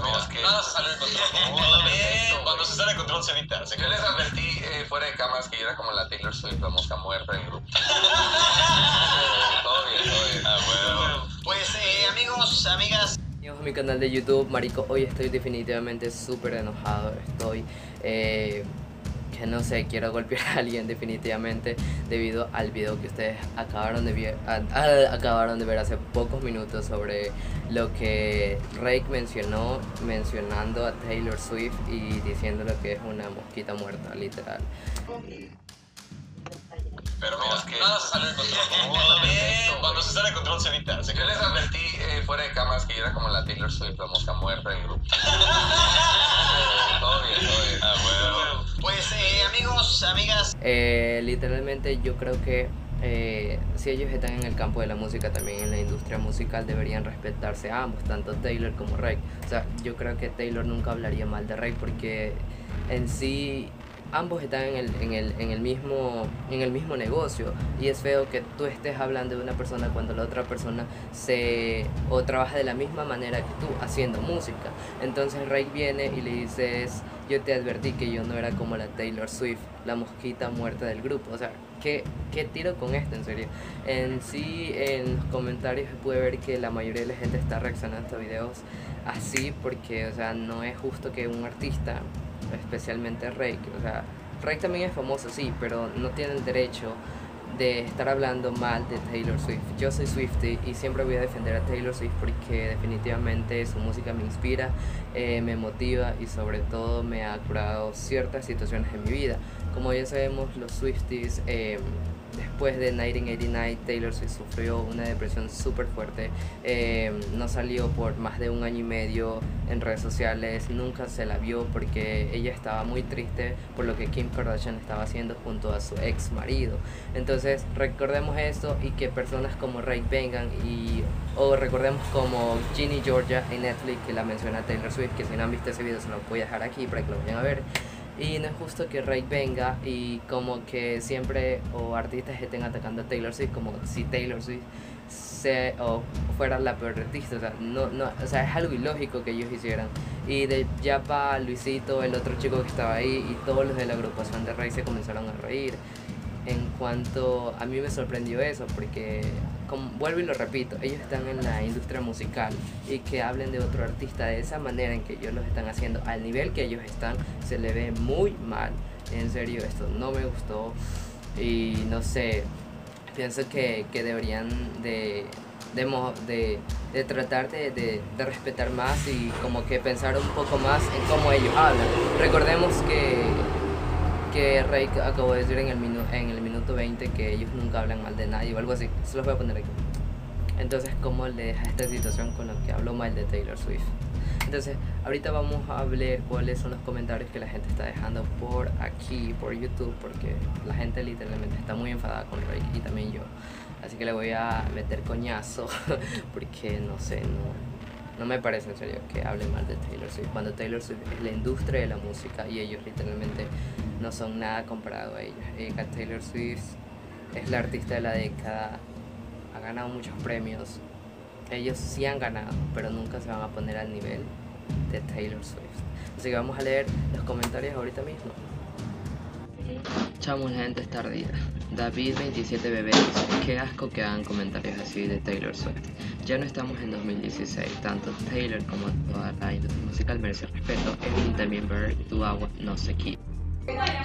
nada se sale de control. No, También, no, Cuando se sale de control se evita. se Yo les queda. advertí eh, fuera de cámaras que yo era como la Taylor Swift, la mosca muerta del grupo. todo bien, todo bien. Ah, bueno. Pues eh, amigos, amigas, Bienvenidos a mi canal de YouTube, Marico. Hoy estoy definitivamente súper enojado. Estoy. eh, que no sé, quiero golpear a alguien definitivamente debido al video que ustedes acabaron de, ver, acabaron de ver hace pocos minutos sobre lo que Rake mencionó, mencionando a Taylor Swift y diciéndole que es una mosquita muerta, literal. Pero mira, es que Nada se sale de control. También, Cuando se sale de control se evita. se yo queda. les advertí eh, fuera de cámaras que yo era como la Taylor Swift, la mosca muerta del grupo. todo bien, todo bien. Ah, bueno. pues eh, amigos, amigas, Eh, literalmente yo creo que eh, si ellos están en el campo de la música, también en la industria musical, deberían respetarse ambos, tanto Taylor como Rake. O sea, yo creo que Taylor nunca hablaría mal de Rake porque en sí ambos están en el, en el, en el mismo, en el mismo negocio y es feo que tú estés hablando de una persona cuando la otra persona se o trabaja de la misma manera que tú haciendo música. Entonces Rake viene y le dices, yo te advertí que yo no era como la Taylor Swift, la mosquita muerta del grupo. O sea, ¿qué, qué tiro con esto en serio? En sí, en los comentarios pude ver que la mayoría de la gente está reaccionando a estos videos así porque, o sea, no es justo que un artista, especialmente Rake, o sea, Rake también es famoso, sí, pero no tiene el derecho de estar hablando mal de Taylor Swift. Yo soy Swifty y siempre voy a defender a Taylor Swift porque definitivamente su música me inspira, eh, me motiva y sobre todo me ha curado ciertas situaciones en mi vida. Como ya sabemos, los Swifties, eh, después de 1989, Taylor Swift sufrió una depresión súper fuerte. eh, no salió por más de un año y medio en redes sociales, nunca se la vio porque ella estaba muy triste por lo que Kim Kardashian estaba haciendo junto a su ex marido. Entonces recordemos esto y que personas como Ray vengan y o recordemos como Ginny Georgia en Netflix que la menciona Taylor Swift que si no han visto ese video se lo voy a dejar aquí para que lo vayan a ver. Y no es justo que Ray venga y como que siempre o artistas estén atacando a Taylor Swift como si Taylor Swift se, o fuera la peor artista. O sea, no, no, o sea, es algo ilógico que ellos hicieran. Y de Yapa, Luisito, el otro chico que estaba ahí y todos los de la agrupación de Ray se comenzaron a reír en cuanto a mí me sorprendió eso, porque como, vuelvo y lo repito, ellos están en la industria musical y que hablen de otro artista de esa manera en que ellos los están haciendo, al nivel que ellos están, se le ve muy mal. En serio, esto no me gustó y no sé, pienso que, que deberían de, de, mo- de- de tratar de, de- de respetar más y como que pensar un poco más en cómo ellos hablan. Recordemos que que Rey acabó de decir en el, minu- en el minuto 20 que ellos nunca hablan mal de nadie o algo así. Se los voy a poner aquí. Entonces, ¿cómo le deja esta situación con lo que habló mal de Taylor Swift? Entonces, ahorita vamos a ver cuáles son los comentarios que la gente está dejando por aquí, por YouTube, porque la gente literalmente está muy enfadada con Rey y también yo. Así que le voy a meter coñazo, porque no sé, no, no me parece en serio que hable mal de Taylor Swift. Cuando Taylor Swift es la industria de la música y ellos literalmente no son nada comparado a ellos. Eh, que Taylor Swift es la artista de la década, ha ganado muchos premios. Ellos sí han ganado, pero nunca se van a poner al nivel de Taylor Swift. Así que vamos a leer los comentarios ahorita mismo. Chamos, la gente es tardía. David27 bebés, qué asco que hagan comentarios así de Taylor Swift. Ya no estamos en 2016, tanto Taylor como toda la industria musical merece respeto, es un también beber tu agua, no se quita.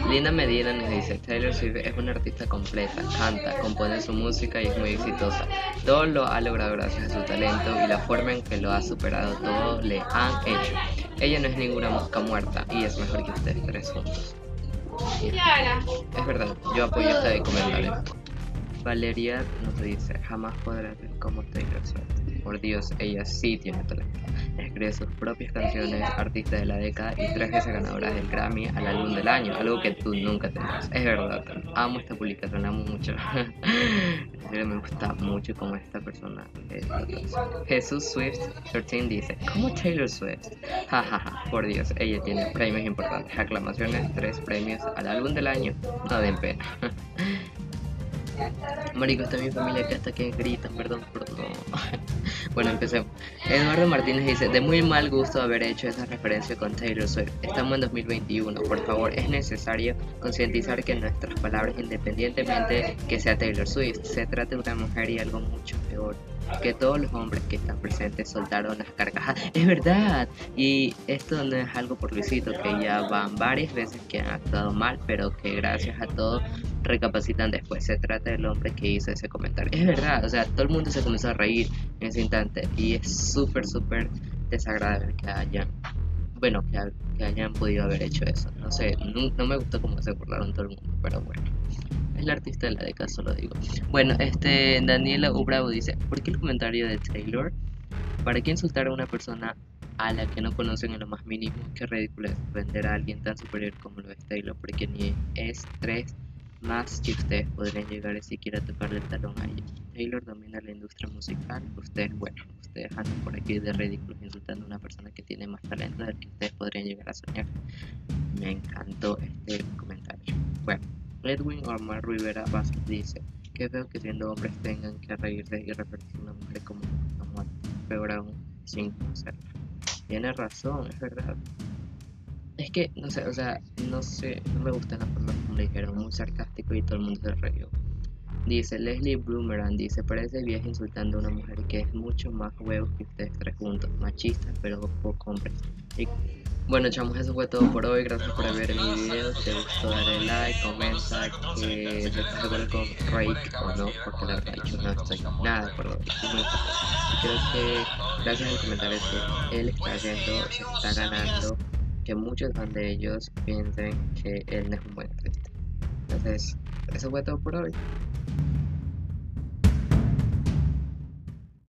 Linda Medina nos dice, Taylor Swift es una artista completa, canta, compone su música y es muy exitosa. Todo lo ha logrado gracias a su talento y la forma en que lo ha superado todo le han hecho. Ella no es ninguna mosca muerta y es mejor que ustedes tres juntos. Clara. Es verdad, yo apoyo este comentario. Valeria nos dice, jamás podrá ser como Taylor Swift. Por Dios, ella sí tiene talento. Escribe sus propias canciones, artista de la década y tres veces ganadora del Grammy al álbum del año, algo que tú nunca tendrás. Es verdad, amo esta publicación, la amo mucho. En serio, me gusta mucho cómo esta persona es la persona. Jesús Swift 13 dice, ¿cómo Taylor Swift? Jajaja, por Dios, ella tiene premios importantes, aclamaciones, tres premios al álbum del año. No den pena. Marico, está mi familia acá hasta que gritan, perdón por no. Bueno, empecemos. Eduardo Martínez dice, de muy mal gusto haber hecho esa referencia con Taylor Swift. Estamos en 2021, por favor, es necesario concientizar que nuestras palabras, independientemente que sea Taylor Swift, se trata de una mujer y algo mucho peor, que todos los hombres que están presentes soltaron las carcajadas. Es verdad, y esto no es algo por Luisito, que ya van varias veces que han actuado mal, pero que gracias a todo recapacitan después. Se trata del hombre que hizo ese comentario. Es verdad, o sea, todo el mundo se comenzó a reír en ese instante y es súper, súper desagradable que hayan, bueno, que, ha- que hayan podido haber hecho eso. No sé, no, no me gustó cómo se burlaron todo el mundo, pero bueno. Es la artista de la década, solo digo. Bueno, este, Daniela Ubravo dice, ¿por qué el comentario de Taylor? ¿Para qué insultar a una persona a la que no conocen en lo más mínimo? Qué ridículo es vender a alguien tan superior como lo es Taylor, porque ni es tres más que ustedes podrían llegar a siquiera tocarle el talón a ella. Taylor domina la industria musical, ustedes, bueno, ustedes andan por aquí de ridículos insultando a una persona que tiene más talento del que ustedes podrían llegar a soñar. Me encantó este comentario. Bueno, Edwin Omar Rivera Vázquez dice, que veo que siendo hombres tengan que reírse y referirse a una mujer como una muerte, peor aún, sin conocerla. Tiene razón, es verdad. Es que, no sé, o sea, no sé, no me gusta la forma como le dijeron, muy sarcástico y todo el mundo se rió. Dice Leslie Bloomerang, dice, parece vieja insultando a una mujer que es mucho más huevos que ustedes tres juntos, machistas pero poco hombres. Y, bueno, chamos, eso fue todo por hoy, gracias por ver mi video, si te gustó dale like, comenta, que si estás de acuerdo con Rake o no, porque la verdad yo no estoy nada de acuerdo, y muy- y creo que gracias a los comentarios que Ah, él está haciendo, se está ganando que muchos fan de ellos piensen que él no es un buen artista. Entonces, eso fue todo por hoy.